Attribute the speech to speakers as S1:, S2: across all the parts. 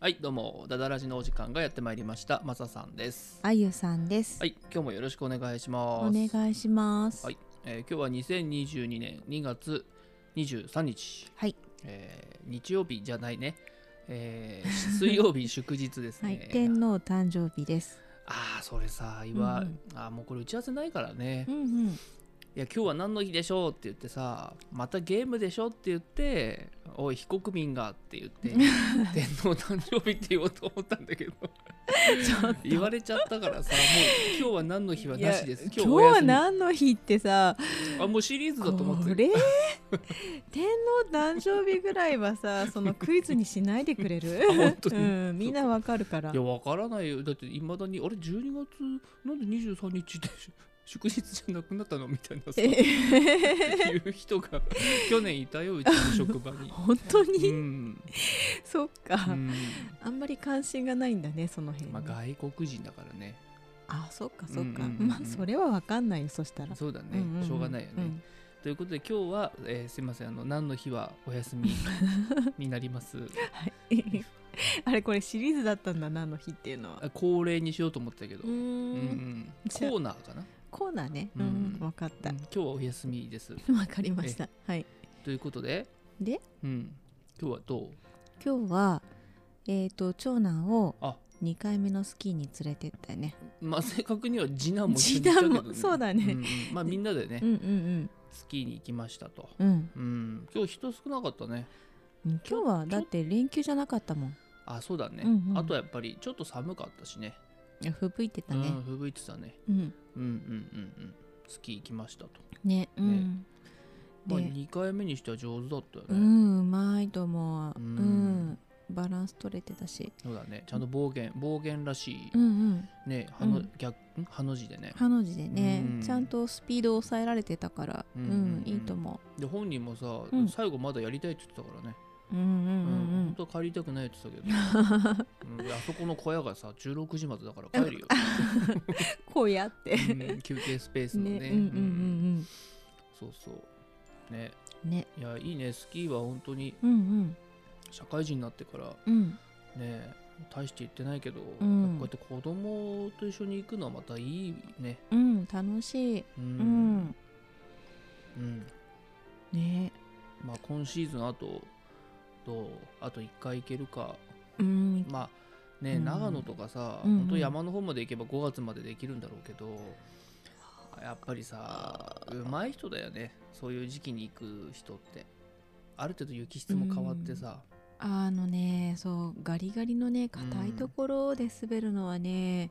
S1: はいどうもダダラジのお時間がやってまいりましたマサさんです
S2: あゆさんです、
S1: はい今日もよろしくお願いします
S2: お願いします
S1: はいえー今日は2022年2月23日、
S2: はい
S1: えー日曜日じゃないね、えー 水曜日祝日です
S2: はい
S1: ね、
S2: 天皇誕生日です
S1: ああそれさ今、
S2: うん
S1: あーもうこれ打ち合わせないからね、
S2: う
S1: い
S2: んうん
S1: や今日は何の日でしょうって言ってさまたゲームでしょって言っておい非国民がって言って 天皇誕生日って言おうと思ったんだけど言われちゃったからさもう今日は何の日はなしです
S2: いや今日
S1: お休
S2: は
S1: み
S2: 何の日ってさ
S1: あもうシリーズだと思っ
S2: こ
S1: てる
S2: れ 天皇誕生日ぐらいはさそのクイズにしないでくれる
S1: あ 本当に
S2: うん、みんなわかるから
S1: いや、わからないよ。だって、いまだに、あれ、12月、なんで23日で祝日じゃなくなったのみたいなさ、
S2: え
S1: いう人が去年いたよ、うちの職場 に。
S2: 本当に、
S1: うん。
S2: そっか、
S1: うん
S2: あんまり関心がないんだねその辺に、
S1: まあ、外国人だからね。
S2: あそっかそっか、
S1: うんうんうんうん
S2: まあそれはわかんないよそしたら
S1: そうだね。
S2: んんん
S1: しょうがないよね。
S2: ん
S1: ということで、今日は、えーすいません、あの、何の日はお休 みになります。
S2: はい、 あれこれシリーズだったんだ何の日っていうのは
S1: あ恒例にしようと思ったけど。
S2: う
S1: うん
S2: ん
S1: うん
S2: じゃあ
S1: コーナーかな、
S2: コーナーねう
S1: うん
S2: んわかっ
S1: う
S2: た
S1: ん今日はお休みです。
S2: わかりましたはい
S1: ということで、
S2: で
S1: うん、今日はどう
S2: 今日はえっと長男を
S1: あ
S2: 2回目のスキーに連れてったよね
S1: まあ 正確には次男も一緒に行ったけど、
S2: 次男もそうだね
S1: んんまあみんなでね、
S2: うんうん
S1: スキーに行きましたと。
S2: うんうん
S1: うん、今日人少なかったね。
S2: 今日はだって連休じゃなかったもん
S1: あ、そうだね。
S2: うんうん
S1: あとやっぱりちょっと寒かったしね。
S2: いや吹雪いてた
S1: う
S2: ね
S1: ん、ふぶいてたね。
S2: うん
S1: うんうんうんうん。スキー行きましたと。
S2: ねうん
S1: まあ
S2: で
S1: 2回目にしては上手だったよ
S2: う
S1: ね。
S2: んうまいと思う
S1: う
S2: うんんバランス取れてたし
S1: そうだね。ちゃんと暴言、暴言らしい
S2: うんうん
S1: ね、はの、
S2: うん
S1: 逆、んハの字でね。
S2: ハの字でね
S1: うん
S2: ちゃんとスピードを抑えられてたから
S1: う
S2: うん
S1: うん
S2: ん
S1: うん
S2: いいと思う
S1: で、本人もさ、
S2: うん
S1: 最後まだやりたいって言ってたからね。
S2: うんうんうんうん
S1: 本当は帰りたくないって言ってたけど、うんであそこの小屋がさ16時までだから帰るよ、
S2: こうやって
S1: うん休憩スペースのね
S2: ねうんうん
S1: うん
S2: うん
S1: そうそうね
S2: うんね
S1: いやいいねスキーは本当に
S2: うん
S1: 社会人になってから
S2: うんうん
S1: ね大して行ってないけど、
S2: うん
S1: こうやって子供と一緒に行くのはまたいいね
S2: うん楽しい
S1: うん
S2: うん
S1: うん
S2: ね
S1: まあ今シーズンあとどうあと1回行けるか
S2: うん
S1: まあね、
S2: うん
S1: 長野とかさ、
S2: うんうん
S1: 本当山の方まで行けば5月までできるんだろうけどやっぱりさうまい人だよねそういう時期に行く人ってある程度雪質も変わってさ、
S2: あのねそうガリガリのね硬いところで滑るのはね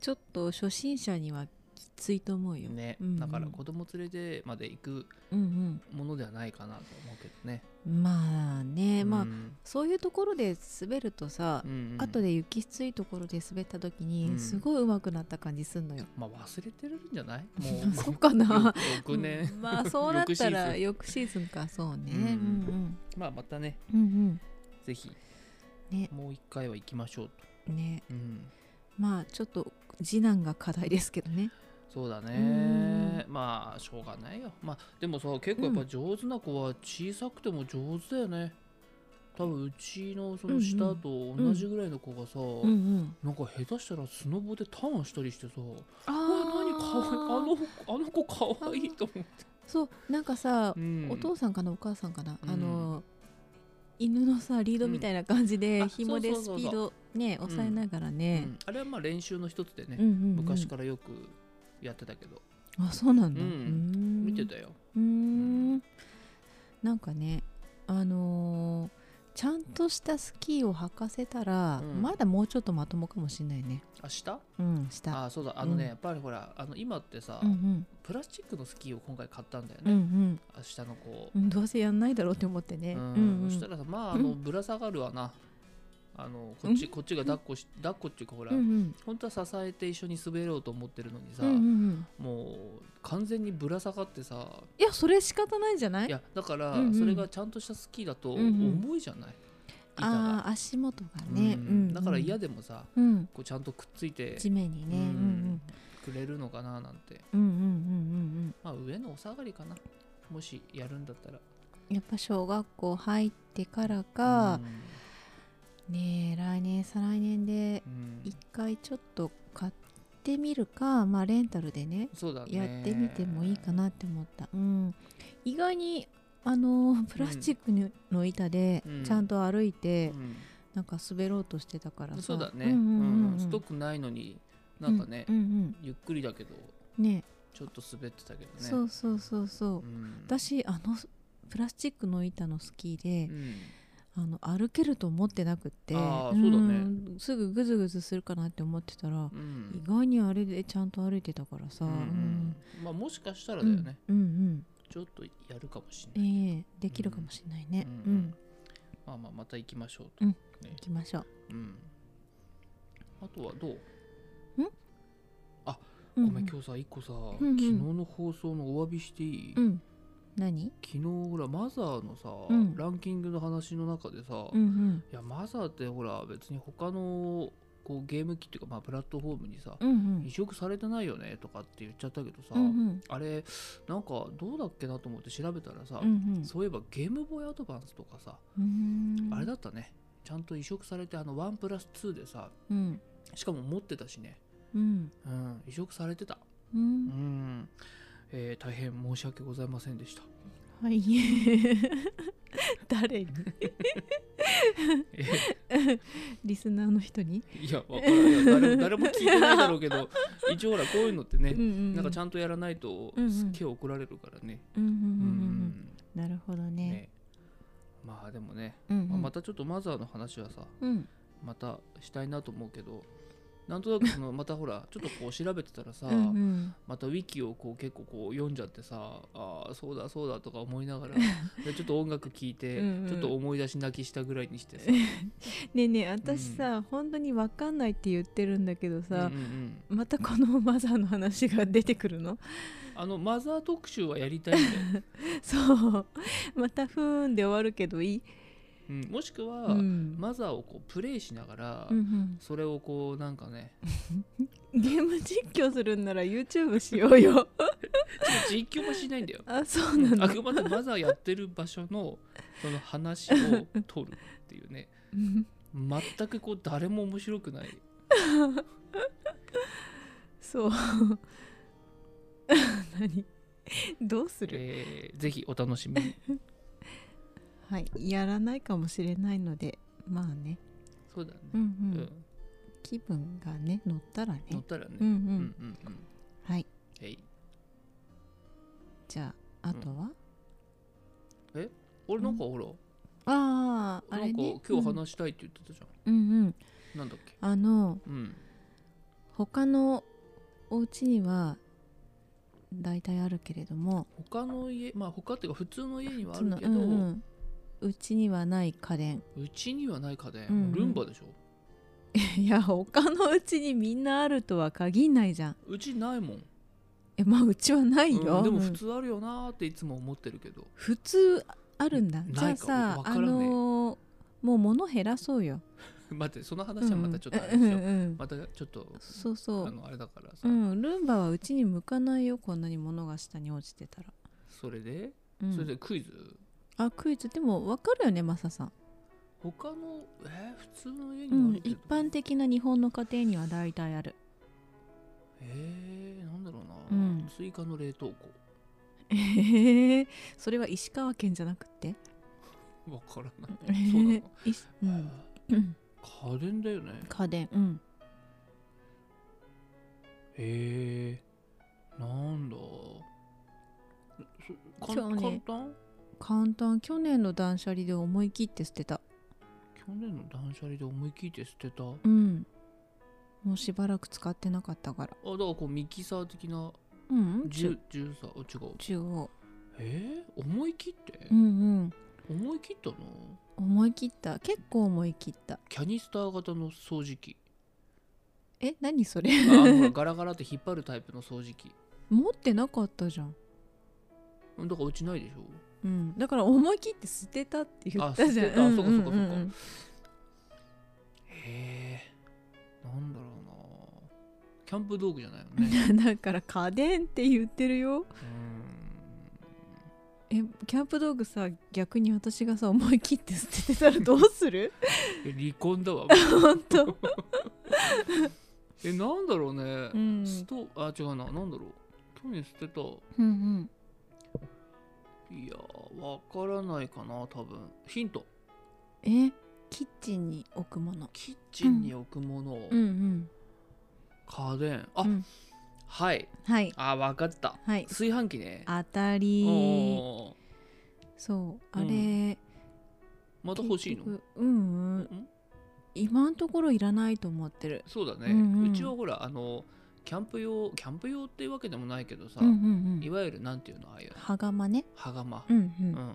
S2: ちょっと初心者にはきついと思うよ
S1: ね
S2: うん
S1: だから子供連れてまで行く
S2: うん
S1: ものではないかなと思うけどね、
S2: うんまあねま
S1: う
S2: あ
S1: ん
S2: そういうところで滑るとさ
S1: うんうん
S2: 後で雪きついところで滑った時
S1: う
S2: に
S1: ん
S2: すごい上手くなった感じすんのよ
S1: まあ忘れてるんじゃないもう
S2: そうかな
S1: 6年、
S2: うんまあそうなったら
S1: 翌シーズン
S2: 翌シーズンかそうね
S1: うん
S2: うん
S1: まあまたね
S2: うんうん
S1: ぜひ
S2: ね
S1: もう一回は行きましょうと、
S2: うんね
S1: うん
S2: まあちょっと次男が課題ですけどね
S1: そうだねまあしょうがないよまあでもさ結構やっぱ上手な子は小さくても上手だよね、多分うちのその下と同じぐらいの子がさ、
S2: うんうん
S1: なんか下手したらスノボでターンしたりしてさうわ
S2: あー
S1: 何かわいいあのあの子かわいいと思って、
S2: そうなんかさ
S1: う、ん
S2: お父さんかなお母さんかな、
S1: うん
S2: あの犬のさリードみたいな感じで、
S1: うんあ
S2: 紐で
S1: そう
S2: ス
S1: そうそうそう
S2: ピードね抑えながら
S1: う
S2: ね、
S1: んあれはまあ練習の一つでね、
S2: うんうんうん
S1: 昔からよくやってたけど
S2: あそうなんだ、
S1: うん
S2: ん
S1: 見てたよ、
S2: うーんなんかねあのーちゃんとしたスキーを履かせたら、
S1: うん
S2: まだもうちょっとまともかもしれないね
S1: あ下
S2: うんした
S1: あそうだあのね、
S2: うん
S1: やっぱりほらあの今ってさ、
S2: うん
S1: プラスチックのスキーを今回買ったんだよ
S2: うんう
S1: ね、
S2: ん
S1: あ下の子を
S2: う。んどうせやんないだろうって思ってね、
S1: うんそした
S2: ら
S1: らさまああの
S2: うん
S1: ぶら下がるわなあのこっちこっちが抱っこし抱っこっていうかほら、
S2: うんうん
S1: 本当は支えて一緒に滑ろうと思ってるのにさ、
S2: うんうんうん
S1: もう完全にぶら下がってさ
S2: いやそれ仕方ないんじゃない
S1: いやだから
S2: うんうん
S1: それがちゃんとしたスキーだと
S2: うんうん
S1: 重いじゃない、板
S2: あ
S1: が、
S2: ー足元が
S1: うん
S2: ね、うん
S1: だから嫌
S2: で、
S1: でもさ
S2: うん、
S1: こうちゃんとくっついて、
S2: 地面にね、
S1: う
S2: うんん
S1: くれるのかななんて
S2: うん、うんうんうん
S1: まあ上のお下がりかなもしやるんだったら
S2: うんやっぱ小学校入ってからか
S1: うん、
S2: ねえ来年再来年で
S1: うん
S2: 一回ちょっと買ってみるかまあレンタルでね
S1: そうだね
S2: やってみてもいいかなって思った、うん、意外にあのープラスチックにの板で
S1: うん
S2: ちゃんと歩いて、
S1: う
S2: なんか滑ろうとしてたから
S1: ん、
S2: さ
S1: そうだね、
S2: う
S1: うん
S2: うんう
S1: ん
S2: んう
S1: うん
S2: ん、
S1: ストックないのになんかね、
S2: うんうん
S1: ゆっくりだけど
S2: うんね
S1: ちょっと滑ってたけどね
S2: そうそうそうそう、
S1: うん、
S2: 私あのプラスチックの板のスキー
S1: う
S2: で、
S1: ん
S2: あの歩けると思ってなくって
S1: あーそうだね
S2: んすぐグズグズするかなって思ってたら、
S1: う
S2: 意
S1: ん
S2: 外にあれでちゃんと歩いてたからさ、
S1: う
S2: うん
S1: んまあもしかしたらだよね、
S2: うんうん
S1: ちょっとやるかもし
S2: う
S1: れない、
S2: んええできるかもしれないね
S1: う
S2: うんん、
S1: まあまあまた行きましょうと、
S2: うん
S1: ね
S2: 行きましょう
S1: うん、あとはどう
S2: うん
S1: ごめん今日さ一個さ、
S2: んうん
S1: 昨日の放送のお詫びしていい、
S2: うん、うん、何
S1: 昨日ほらマザーのさ、
S2: うん
S1: ランキングの話の中でさ、
S2: うん
S1: い
S2: うん
S1: やマザーってほら別に他のこうゲーム機っていうか、まあ、プラットフォームにさ、
S2: うんうん
S1: 移植されてないよねとかって言っちゃったけどさ、
S2: うんうん
S1: あれなんかどうだっけなと思って調べたらさ、
S2: うん
S1: そういえばゲームボーイアドバンスとかさ、
S2: うん
S1: あれだったねちゃんと移植されてあの1プラス2でさ
S2: うん
S1: しかも持ってたしね、
S2: うん
S1: うん、移植されてた
S2: う
S1: うんん、えー大変申し訳ございませんでした、
S2: はい 誰に
S1: え
S2: リスナーの人に、
S1: いやわからないいや誰も誰も聞いてないだろうけ ど一応ほらこういうのってね、
S2: うんうん
S1: なんかちゃ
S2: ん
S1: んとやらないと
S2: うんうん
S1: すっげえ怒られるからね、
S2: うんうんうん
S1: う
S2: うんなるほどね
S1: ねまあでもね、
S2: うんうん
S1: まあまたちょっとマザーの話はさ
S2: うん
S1: またしたいなと思うけどなんとなくそ のまたほらちょっとこう調べてたらさ、
S2: うんうん
S1: またウィキをこう結構こう読んじゃってさあーそうだそうだとか思いなが らでちょっと音楽聴いて
S2: うんうん
S1: ちょっと思い出し泣きしたぐらいにしてさ、
S2: ねえねえ私さ、本当にわかんないって言ってるんだけど
S1: うんう
S2: さ
S1: ん、うん
S2: またこのマザーの話が出てくるの
S1: あのマザー特集はやりたいんだよ、
S2: そうまたふーんで終わるけどいい、
S1: うん、もしくは、
S2: うん
S1: マザーをこうプレイしながら、
S2: うん
S1: それをこうなんかね
S2: うん、ゲーム実況するんなら YouTube しようよ
S1: 実況はしないんだよ
S2: あそうなの
S1: あくまでマザーやってる場所のその話を取るっていうね
S2: うん
S1: 全くこう誰も面白くない
S2: そう 何 どうする、
S1: えーぜひお楽しみに
S2: はいやらないかもしれないのでまあね、
S1: そうだね、
S2: うん
S1: う
S2: うん
S1: ん
S2: 気分がね乗ったらね
S1: 乗ったらね、
S2: うんうん、
S1: うん、うんうん
S2: はい
S1: えい
S2: じゃああとは、
S1: 俺なんかほら、
S2: あああ
S1: なん
S2: れ
S1: か
S2: ね
S1: 今日話したいって言ってたじゃん、
S2: うん、うんうん
S1: なんだっけ
S2: あの
S1: うん
S2: 他のお家には大体あるけれども
S1: 他の家まあ他っていうか普通の家にはあ
S2: そ
S1: る
S2: の
S1: けど、
S2: うんうんうちにはない家電
S1: うちにはない家電、
S2: うんうん
S1: ルンバでしょ
S2: いや他のうちにみんなあるとは限んないじゃん
S1: うちないもん
S2: えまあうちはないよ、
S1: うんでも
S2: うん
S1: 普通あるよなーっていつも思ってるけど、
S2: 普通あるんだ
S1: ない
S2: じゃあ
S1: わ
S2: さ
S1: か
S2: あ
S1: らねえ
S2: のーもう物減らそうよ
S1: 待ってその話はまたちょっとあれ
S2: うん
S1: で
S2: う
S1: しょ、
S2: ん
S1: またちょっと
S2: そうそ
S1: あ
S2: う
S1: のあれだからさ、
S2: うんルンバはうちに向かないよこんなに物が下に落ちてたら、
S1: それで
S2: うん
S1: それでクイズ、
S2: あクイズでもわかるよねマサさん
S1: 他のえー普通の家に
S2: う
S1: もあ
S2: ん
S1: るけど、
S2: 一般的な日本の家庭には大 体ある
S1: えー、なんだろうな、
S2: うん
S1: 追加の冷凍
S2: ええそれは石川県じゃなくって
S1: 庫わからない、そうな
S2: え
S1: の
S2: えいしう
S1: え
S2: ん
S1: ー
S2: うん
S1: 家電だよね
S2: 家電うん
S1: へえなんだそか
S2: 今日ね
S1: 簡単
S2: 簡単去年の断捨離で思い切って捨てた
S1: 去年の断捨離で思い切って捨てたあだか
S2: うんもうしばらく使ってなかったから
S1: らこうミキサー的な
S2: うんうん
S1: ジュ
S2: 中
S1: ジューサーあ違う
S2: 中央
S1: えー、思い切って、
S2: うんうん
S1: 思い切ったの
S2: 思い切った結構思い切った
S1: キャニスター型の掃除機
S2: え何それ
S1: あのほらガラガラって引っ張るタイプの掃除機
S2: 持ってなかったじゃん
S1: だからうちないでしょ
S2: うんだから思い切って捨てたって言ったじゃん
S1: あ捨てた
S2: うん
S1: そうかそうかそうか
S2: んんん
S1: へえなんだろうなキャンプ道 具じゃないよね
S2: だから家電って言ってるよ
S1: うーん
S2: えキャンプ道具さ逆に私がさ思い切って捨ててたらどうする
S1: 離婚だわ
S2: 本当
S1: えなんだろうね、
S2: うん
S1: ストあ違うななんだろう去年捨てた
S2: うん
S1: いやーわからないかな多分ヒント
S2: うんえキッチンに置くもの
S1: キッチンに置くもの、
S2: うんうん
S1: 家電あ、
S2: うん
S1: はい
S2: はい
S1: あわかった
S2: はい
S1: 炊飯器ね
S2: 当た
S1: お
S2: り
S1: ー
S2: そうあ
S1: うん
S2: れ、
S1: また欲しいの
S2: 結局うんうん
S1: ん
S2: 今のところいらないと思ってる
S1: そうだね、う
S2: うんうん
S1: ちはほらあのキャンプ用キャンプ用っていうわけでもないけどさ、
S2: うんうんう
S1: い
S2: ん
S1: わゆるなんていうのああいう
S2: 羽釜ね
S1: 羽釜、
S2: うん
S1: うん
S2: う
S1: うん
S2: ん
S1: うん、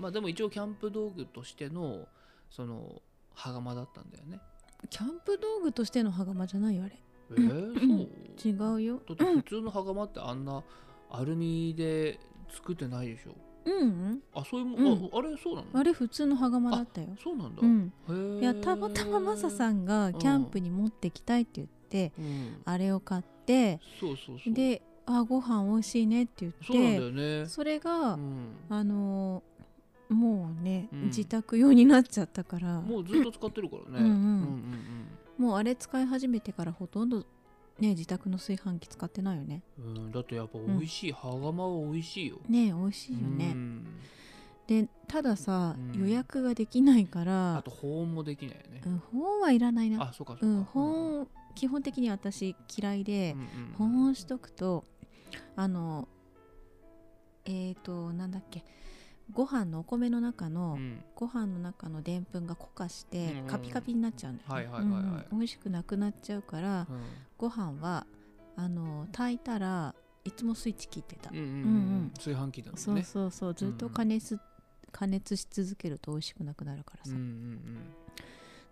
S1: まあでも一応キャンプ道具としてのその羽釜だったんだよね
S2: キャンプ道具としての羽釜じゃないよあれ
S1: えー、そう
S2: 違うよ
S1: だって普通の羽釜ってあんなアルミで作ってないでしょ
S2: うんうん
S1: あそういうも、
S2: うん
S1: ああれそうなの
S2: あれ普通の羽釜だったよ
S1: そうなんだ、
S2: うん
S1: へえ
S2: いやたまたまマサさんがキャンプに持ってきたいって言って
S1: うん
S2: あれを買って
S1: そうそうそう
S2: であご飯美味しいねって言って
S1: そうなんだよね
S2: それが、
S1: うん
S2: あのーもうね、
S1: うん
S2: 自宅用になっちゃったから
S1: もうずっと使ってるからね
S2: うんうん
S1: うんうん
S2: もうあれ使い始めてからほとんどね自宅の炊飯器使ってないよね
S1: うんうんだってやっぱ美味しい、羽釜は美味しいよ
S2: ねえ美味しいよ
S1: う
S2: ね、
S1: ん
S2: でたださ、
S1: うん
S2: 予約ができないか
S1: あ
S2: ら
S1: と保温もできないよね、
S2: うん保温はいらないな
S1: あそうかそうか、
S2: うん保温基本的に私嫌いで、保温しとくとあのえっ、ー、となんだっけご飯のお米の中の、
S1: うん
S2: ご飯の中のでんぷんが固化して
S1: うんうん
S2: カピカピになっちゃうんだよね、
S1: はいはいはいはい
S2: うんうん美味しくなくなっちゃうから
S1: うん
S2: ご飯はあの炊いたらいつもスイッチ切ってた、
S1: うんうんうん
S2: うんうん
S1: 炊飯器だもんね
S2: そうそうそうずっと加熱,、加熱し続けると美味しくなくなるからさ、
S1: うんうん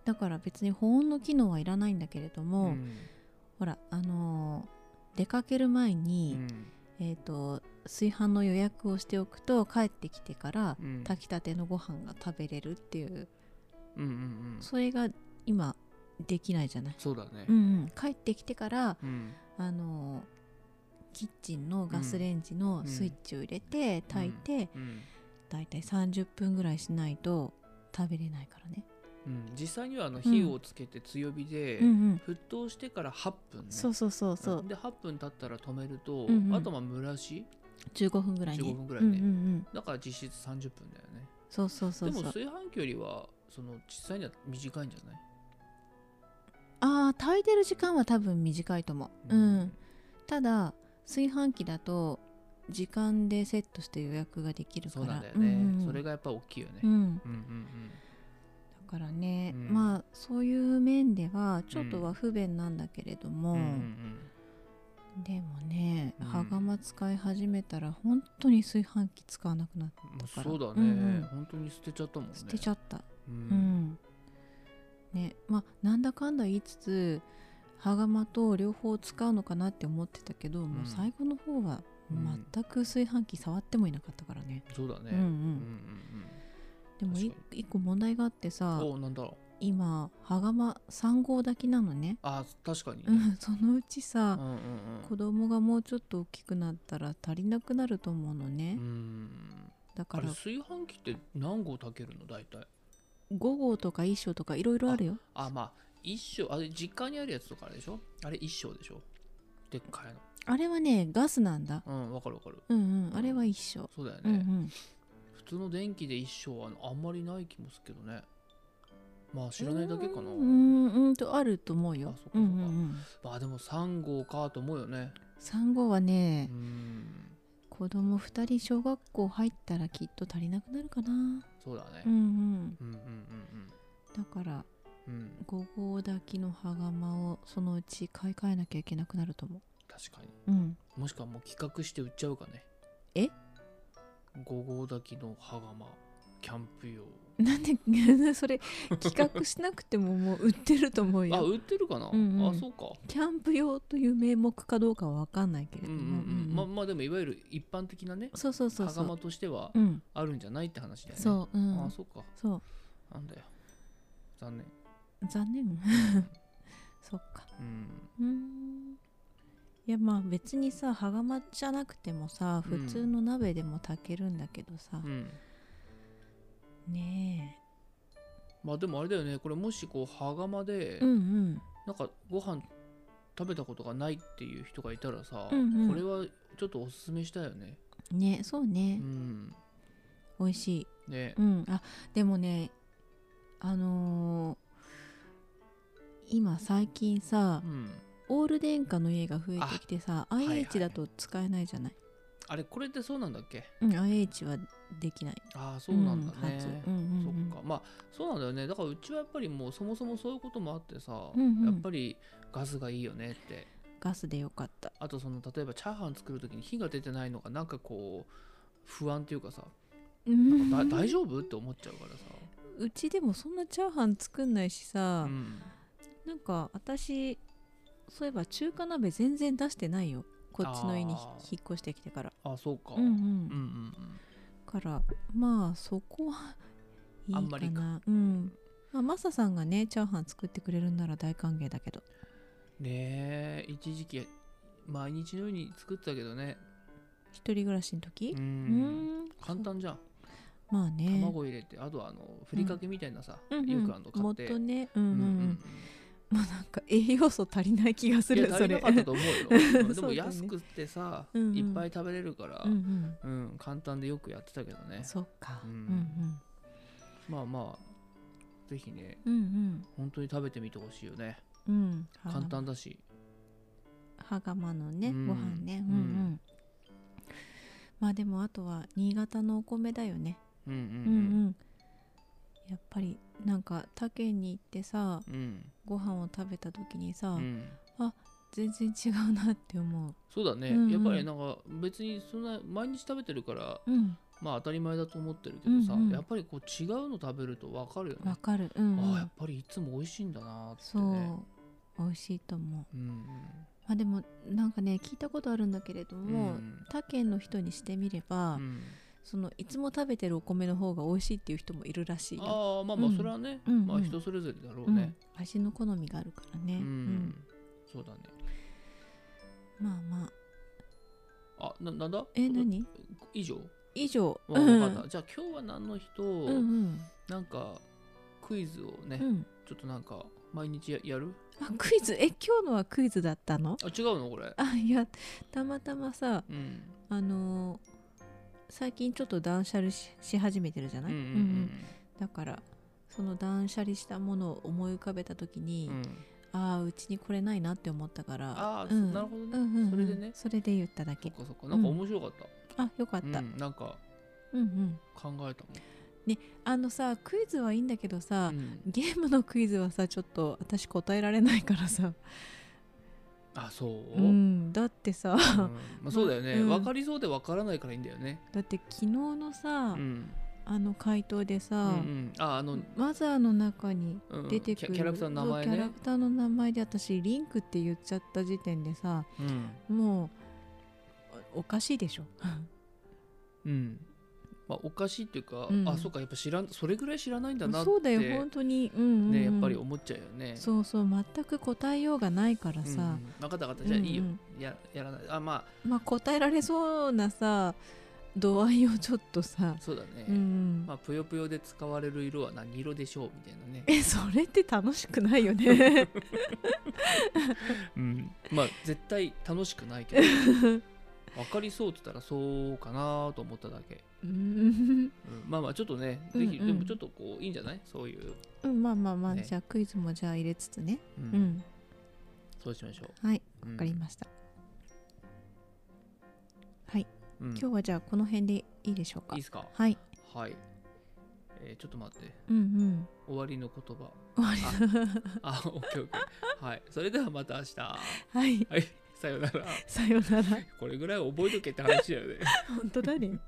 S2: だから別に保温の機能はいらないんだけれど
S1: うん
S2: も、
S1: うん
S2: ほらあのー出かける前に、えっ、と炊飯の予約をしておくと帰ってきてから
S1: うんうん
S2: 炊きたてのご飯が食べれるっていう
S1: うんうんうん
S2: それが今できないじゃない、
S1: そうだね
S2: うんうん、帰ってきてから
S1: うん
S2: あのキッチンのガスレンジのスイッチを入れて炊いて、
S1: うん
S2: だいたい30分ぐらいしないと食べれないからね、
S1: うん実際にはあの火をつけて強火で
S2: うんうん
S1: 沸騰してから8分ね
S2: そうそうそうそう、
S1: で8分経ったら止めると
S2: うんうん
S1: あとまあ蒸らし
S2: 15分ぐらいね
S1: 15分ぐらいね
S2: うんうんうん、
S1: だから実質30分だよね
S2: そうそうそ
S1: で
S2: うそ
S1: も
S2: う
S1: 炊飯器よりはその実際には短いんじゃない
S2: ああ炊いてる時間は多分短いと思う、うんただ炊飯器だと時間でセットして予約ができるか
S1: そう
S2: ら
S1: なんだよね
S2: ん
S1: それがやっぱ大きいよ
S2: う
S1: ね
S2: ん、
S1: うんうん
S2: だからね、
S1: うん
S2: まあそういう面ではちょっとは不便なんだけれども、
S1: うんうんうん
S2: でもね、
S1: うん
S2: 羽釜使い始めたら本当に炊飯器使わなくなって
S1: もう
S2: から
S1: そうだ
S2: う
S1: ね、
S2: んうん
S1: 本当に捨てちゃったもんね
S2: 捨てちゃった、
S1: う
S2: うんんねまあなんだかんだ言いつつ羽釜と両方使うのかなって思ってたけど、もう最後の方は
S1: うん
S2: 全く炊飯器触ってもいなかったからね、
S1: そうだね
S2: うんうん
S1: うん
S2: でもい
S1: 確
S2: 一個問題があって
S1: う
S2: さ
S1: んおなんだろう
S2: 今羽釜3合炊きなのね、
S1: あ確かにね
S2: うん、 そのうちさ、
S1: うんうん
S2: 子供がもうちょっと大きくなったら足りなくなると思うのね
S1: う、んうん
S2: だか
S1: あれ
S2: ら
S1: 炊飯器って何合炊けるの大体
S2: 5合とか1升とかいろいろあるよ
S1: あまあ一升あれ実家にあるやつとかあれでしょあれ一升でしょでっかい
S2: あれはねガスなんだ
S1: のうんわかるわかる
S2: うんうんあれは一緒、
S1: そうだよね、
S2: うんうん
S1: 普通の電気で一升はあんまりない気もするけどねまあ知らないだけかな、
S2: うーんうーんとあると思うよ
S1: あそっかそっか
S2: うんうんうん、
S1: まあでも3合かと思うよね
S2: 産後は
S1: う
S2: ね、
S1: ん
S2: 子供2人小学校入ったらきっと足りなくなるかな
S1: そうだね
S2: うんうん
S1: うんうん
S2: だから
S1: うんうんうん
S2: 5合炊きの羽釜をそのうち買い替えなきゃいけなくなると思
S1: 確かに
S2: ううん
S1: もしくはもう企画して売っちゃうかね
S2: え
S1: 五合炊きの羽釜キャンプ用
S2: なんで それ企画しなくてももう売ってる と思う
S1: あ
S2: よ
S1: 売ってるかな、
S2: うんうん
S1: あそうか
S2: キャンプ用という名目かどうかは分かんないけれ
S1: うん
S2: ど
S1: うんうん
S2: も、
S1: まあまあでもいわゆる一般的なね
S2: そうそうそう
S1: 羽
S2: そう
S1: 釜としては
S2: うん
S1: あるんじゃないって話だよね
S2: そう、う
S1: あ
S2: ん、
S1: そうか
S2: そう
S1: なんだよ残念
S2: 残念 そっか
S1: うん
S2: うーんいいやまあ別にさ羽釜じゃなくてもさ普通の鍋でも炊けるんだけどさ、
S1: うん
S2: ね
S1: まあでもあれだよねこれもしこう羽釜で、
S2: えうん
S1: なんかご飯食べたことがないっていう人がいたらさ、
S2: うんうん
S1: これはちょっとおすすめしたいよね
S2: うんねそう
S1: う
S2: ね、
S1: ん
S2: 美味しい
S1: ね
S2: うんあでもねあのー今最近さ
S1: うん
S2: オール電化の家が増えてきてさ
S1: いはい
S2: IH だと使えないじゃない、
S1: あれこれってそうなんだっけ
S2: うん IH はできない
S1: ああそうなんだ
S2: うん初
S1: ね、
S2: うんうんうん
S1: そっかまあそうなんだよねだからうちはやっぱりもうそもそもそういうこともあってさ、
S2: うんうん
S1: やっぱりガスがいいよねって
S2: ガスでよかった
S1: あとその例えばチャーハン作る時に火が出てないのがなんかこう不安っていうかさなんかだ大丈夫って思っちゃうからさ、
S2: うちでもそんなチャーハン作んないしさ、
S1: うん、
S2: なんか私そういえば中華鍋全然出してないよこっちの家にひ
S1: あー
S2: 引っ越してきてから
S1: あそうか、
S2: うんうん、
S1: うんうん
S2: からまあそこはいい
S1: あ
S2: か
S1: んまり
S2: なうんまあマサさんがねチャーハン作ってくれるんなら大歓迎だけど
S1: うんねえ一時期毎日のように作ってたけどね
S2: 一人暮らしの時
S1: う
S2: うんん
S1: 簡単じゃん
S2: まあね
S1: 卵入れてあとはあのふりかけみたいなさ、
S2: うん
S1: よ
S2: うん
S1: くあの買
S2: も
S1: っ、
S2: ってとねうんうん、
S1: う
S2: うん
S1: うんうん
S2: ん、もうなんか栄養素足りない気がす
S1: い
S2: る
S1: や足
S2: そ
S1: りな
S2: れ
S1: かったと 思うようんで
S2: そうだ
S1: も
S2: ね
S1: 安くってさ、
S2: うんうん
S1: いっぱい食べれるから、う
S2: うんうんん
S1: 簡単でよくやってたけどね
S2: そっか、
S1: う
S2: うんん、うん
S1: まあまあぜひね
S2: うんうん
S1: 本当に食べてみてほしいよね
S2: うん
S1: 簡単だし
S2: 羽釜のね、
S1: うん
S2: ご飯ね
S1: う
S2: うんんうん、まあでもあとは新潟のお米だよね
S1: うんうん
S2: うんうんやっぱりなんか他県に行ってさ
S1: うんうん、
S2: ご飯を食べた時にさ、
S1: うん
S2: 全然違うなって思
S1: そうだね、
S2: うんうん
S1: やっぱりなんか別にそんな毎日食べてるから
S2: ううん
S1: まあ当たり前だと思ってるけどさ、
S2: うんうん
S1: やっぱりこう違うの食べると分かるよね
S2: わ、かるうんうん、
S1: ああやっぱりいつも美味しいんだなって
S2: そう
S1: ね
S2: 美味しいと思う
S1: うんうん
S2: まあでもなんかね聞いたことあるんだけれど
S1: う
S2: も、
S1: ん
S2: 他県の人にしてみれば、
S1: うん
S2: そのいつも食べてるお米の方が美味しいっていう人もいるらしいよ
S1: ああまあまあ
S2: うん
S1: それはね、
S2: うんうん
S1: まあ人それぞれだろ
S2: う
S1: うんね、
S2: 味の好みがあるから
S1: う
S2: ね、
S1: ん
S2: うん
S1: そうだね
S2: まあまあ
S1: あななんだ
S2: え何
S1: 以上
S2: 以上
S1: わ
S2: うん
S1: わかったじゃあ今日は何の日と、
S2: うんうん
S1: なんかクイズをね、
S2: うん
S1: ちょっとなんか毎日ややる
S2: あクイズえ今日のはクイズだったの
S1: あ違うのこれ
S2: あいやたまたまさ
S1: うん
S2: あのー最近ちょっと断捨離しし始めてるじゃ
S1: う
S2: なんい、
S1: うん
S2: うんだからその断捨離したものを思い浮かべた時に、
S1: うんうん
S2: ああうちにこれないなって思ったから
S1: ああ、
S2: うん
S1: なるほど
S2: う
S1: ね、
S2: んうんうん
S1: それでね
S2: それで言っただ
S1: そっ
S2: け
S1: かそっかなんか面白かった、
S2: あよかっ
S1: うん
S2: た、
S1: なんか
S2: うんうん
S1: 考えた
S2: あのさクイズはいいんだけどさ、
S1: もん、うん
S2: ゲームのクイズはさちょっと私答えられないからさ、
S1: あそう、
S2: う
S1: うん
S2: ん、だってさ
S1: まあ、そうだよね、
S2: うん
S1: 分かりそうで分からないからいいんだよね
S2: だって昨日のさ、
S1: うん
S2: あの回答で
S1: うんう
S2: さ、
S1: んああの、
S2: マザーの中に
S1: うん
S2: 出てくる、
S1: キャキャラクターの名前
S2: そうキャ
S1: ね
S2: ラクターの名前で私リンクって言っちゃった時点でさ
S1: うん、
S2: もうおおかしいでしょ
S1: うんまあ、おかしいっていうか、
S2: うん
S1: あそうかやっぱ知らんそれぐらい知らないん だなって
S2: そうだよ本当にうんうんうん、
S1: ねやっぱり思っちゃうよね。
S2: そうそう全く答えようがないから
S1: うんうん
S2: さ、
S1: 分かった分かったじゃあいいよ、
S2: うん
S1: ややらないあま
S2: まあ答えられそうなさ度合いをちょっとさ
S1: あそうだね、
S2: うんうん、、
S1: まあぷよぷよで使われる色は何色でしょうみたいなね
S2: えそれって楽しくない よね
S1: うん、まあ絶対楽しくない けど分かりそうって言ったらそうかなと思っただけ、
S2: うん
S1: うん、まあまあちょっとねぜひ、
S2: うんうん
S1: でもちょっとこういいんじゃないそういう、
S2: うんまあまあまあ、
S1: ね
S2: じゃあクイズもじゃあ入れつつね
S1: う
S2: うんん、
S1: そうしましょう。
S2: はい
S1: わ
S2: わかりました、はい
S1: す、うん
S2: 今日はじゃあこの辺でいいでしょうか
S1: いいですか
S2: はい
S1: はい、えーちょっと待って
S2: うんうん
S1: 終わりの言葉
S2: 終わり
S1: あ、オッケーオッケー。はい。それではまた明日。
S2: だはい
S1: はい。さよなら。
S2: さようなら
S1: これぐらい覚えとけって話だよね。
S2: 本当だね